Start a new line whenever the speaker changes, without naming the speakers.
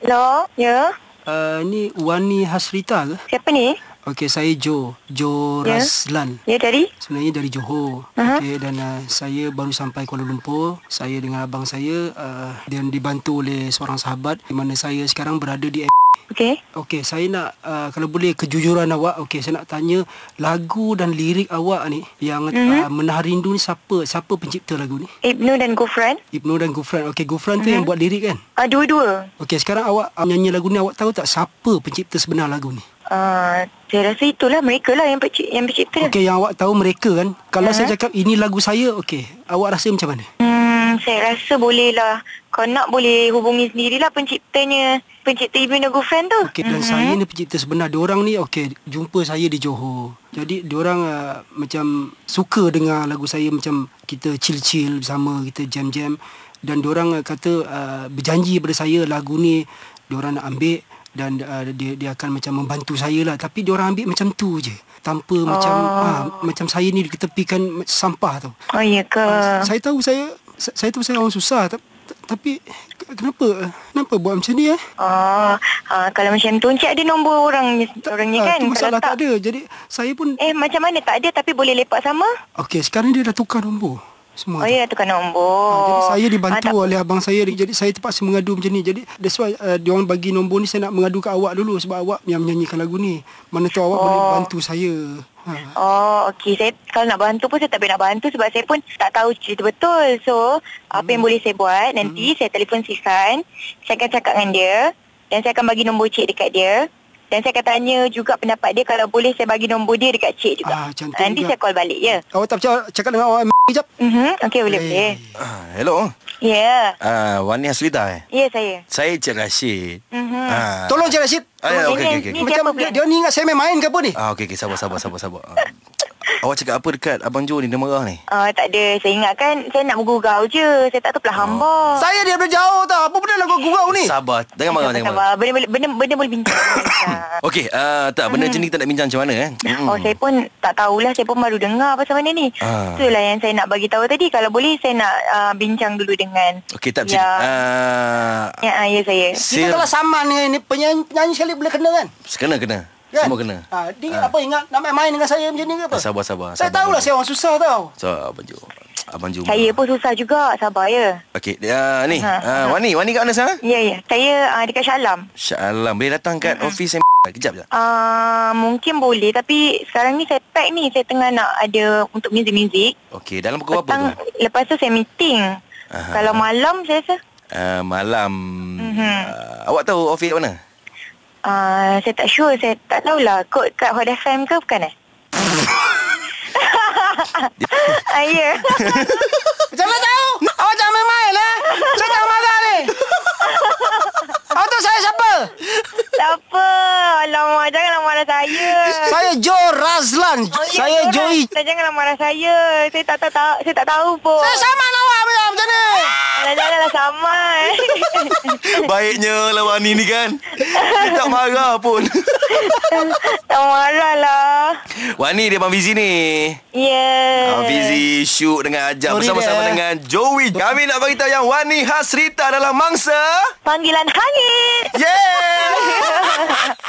Hello? Ya?
Uh, ni Wani Hasrita ke?
Siapa ni?
Okey, saya Jo. Jo
Ya.
Raslan.
Ya, dari?
Sebenarnya dari Johor. Uh-huh. Okey dan uh, saya baru sampai Kuala Lumpur. Saya dengan abang saya uh, dan dibantu oleh seorang sahabat di mana saya sekarang berada di
Okey.
Okey, saya nak uh, kalau boleh kejujuran awak. Okey, saya nak tanya lagu dan lirik awak ni yang mm-hmm. uh, menahan rindu ni siapa? Siapa pencipta lagu ni?
Ibnu Eh, dan Gufran.
Ibnu dan Gufran. Okey, Gufran mm-hmm. tu yang buat lirik kan?
Uh, dua-dua.
Okey, sekarang awak uh, nyanyi lagu ni awak tahu tak siapa pencipta sebenar lagu ni?
Uh, saya rasa itulah mereka lah yang, perci- yang pencipta.
Okey, yang awak tahu mereka kan. Kalau saya cakap ini lagu saya, okey, awak rasa macam mana?
Hmm, saya rasa boleh lah. Kau nak boleh hubungi sendirilah penciptanya. Pencipta Ibnu dan Gufran tu. Hmm.
Okey, dan saya ni pencipta sebenar. Diorang ni okey, jumpa saya di Johor. Jadi diorang uh, macam suka dengar lagu saya macam kita chill-chill bersama, kita jam-jam dan diorang uh, kata uh, berjanji pada saya lagu ni diorang nak ambil dan uh, dia dia akan macam membantu saya lah tapi diorang ambil macam tu je tanpa oh. macam uh, macam saya ni diketepikan sampah tau.
Oh, ya ke?
Saya tahu saya sa- saya tahu saya orang susah ta- ta- tapi ke- kenapa kenapa buat macam ni eh?
Oh, uh, kalau macam tu Encik ada nombor orang orangnya
Ah,
kan?
tu masalah
kalau
tak, ada. Jadi saya pun
Eh, macam mana tak ada tapi boleh lepak sama?
okey sekarang dia dah tukar nombor semua.
Oh,
tu.
ya, tukar
Ah,
nombor.
Jadi saya dibantu
Ah, tak-
oleh abang saya Jadi saya terpaksa mengadu macam ni Jadi that's why uh, Diorang bagi nombor ni Saya nak mengadu kat awak dulu Sebab awak yang menyanyikan lagu ni Mana tu awak oh. boleh bantu saya ha.
Oh, okey. Saya kalau nak bantu pun saya tak boleh nak bantu sebab saya pun tak tahu cerita betul. So, apa
Hmm.
yang boleh saya buat nanti saya telefon Sifan, saya akan cakap dengan dia dan saya akan bagi nombor cik dekat dia. Dan saya akan tanya juga pendapat dia kalau boleh saya bagi nombor dia dekat cik juga.
Ah, cantik
nanti
juga.
saya call balik ya.
Awak tak percaya Cakap dengan awak Sekejap Eh.
Mhm. Okey, boleh boleh.
Ah, hello.
Ya. Yeah.
Ah, Wani Hasrita eh.
Ya saya.
Saya Cik Rashid.
Mhm.
Ah.
Tolong Cik Rashid
Ah, ya,
Tolong
okey
ini-
okey okey.
ini-
Macam
siapa
dia,
pula?
dia ni ingat saya main-main ke apa ni
Ah, okey okey sabar sabar sabar sabar. Ah. Awak cakap apa dekat abang Jo ni dia marah ni?
Ah, tak ada. Saya ingat kan saya nak bergurau je. Saya tak tahu
Oh.
pula hamba.
Saya dia jauh tau Apa benda lagu gurau ni
Sabar, jangan marah jangan marah.
Sabar. Benda, benda, benda, benda boleh bincang. Ah.
Okey, ah, tak benda macam ni kita nak bincang macam mana eh? Mm-mm.
Oh saya pun tak tahulah Saya pun baru dengar pasal mana ni
Ah.
Itulah yang saya nak bagi tahu tadi Kalau boleh saya nak uh, bincang dulu dengan
Okey tak macam
Ya.
ah,
Ya, ah, ya saya
Kita kalau
Sir,
saman dengan ni Penyanyi, penyanyi sekali boleh kena kan
kena kena.
Kan?
Semua kena. Ah, Eh,
ha, Dia apa ingat Nak main-main dengan saya macam ni ke apa
Sabar, sabar,
Saya
sabar,
tahulah
sabar.
saya orang susah tau
So, abang Jo. Abang Jo.
Saya pun susah juga Sabar ya
Okey, ah, ni.
Ha,
Ah, Wani, Wani kat mana sekarang?
Ya ya Saya uh, dekat Shah Alam
Syalam Boleh datang kat mm-hmm. office yang Kejap je
uh, Mungkin boleh Tapi sekarang ni saya pack ni Saya tengah nak ada Untuk muzik-muzik
Okey dalam pukul
Petang
berapa Oh, tu?
Lepas tu saya meeting
Aha.
Kalau malam saya rasa
Uh, malam
Mhm.
uh, Awak tahu office kat mana?
uh, Saya tak sure Saya tak tahulah Kod kat Hot FM ke bukan eh Ah, ya
Macam mana tahu? Awak jangan main-main eh. Saya tak marah ni. Awak tahu saya siapa?
Tak apa. Alamak, janganlah marah saya.
Saya Jo Razlan.
Oh, ya,
saya
korang.
Joey.
Tak janganlah marah saya. Saya tak tahu, tahu saya tak tahu pun.
Saya sama dengan awak punya macam ni.
Alah, janganlah sama.
Baiknya lawan ni kan Dia tak marah pun
tak marah lah.
Wani dia Abang Fizi ni
Yeah.
Ah,
Abang Fizi shoot dengan Ajam
Sorry
Bersama-sama
dah.
dengan Joey Kami nak bagi tahu yang Wani Hasrita dalam mangsa
Panggilan hangit.
Yeah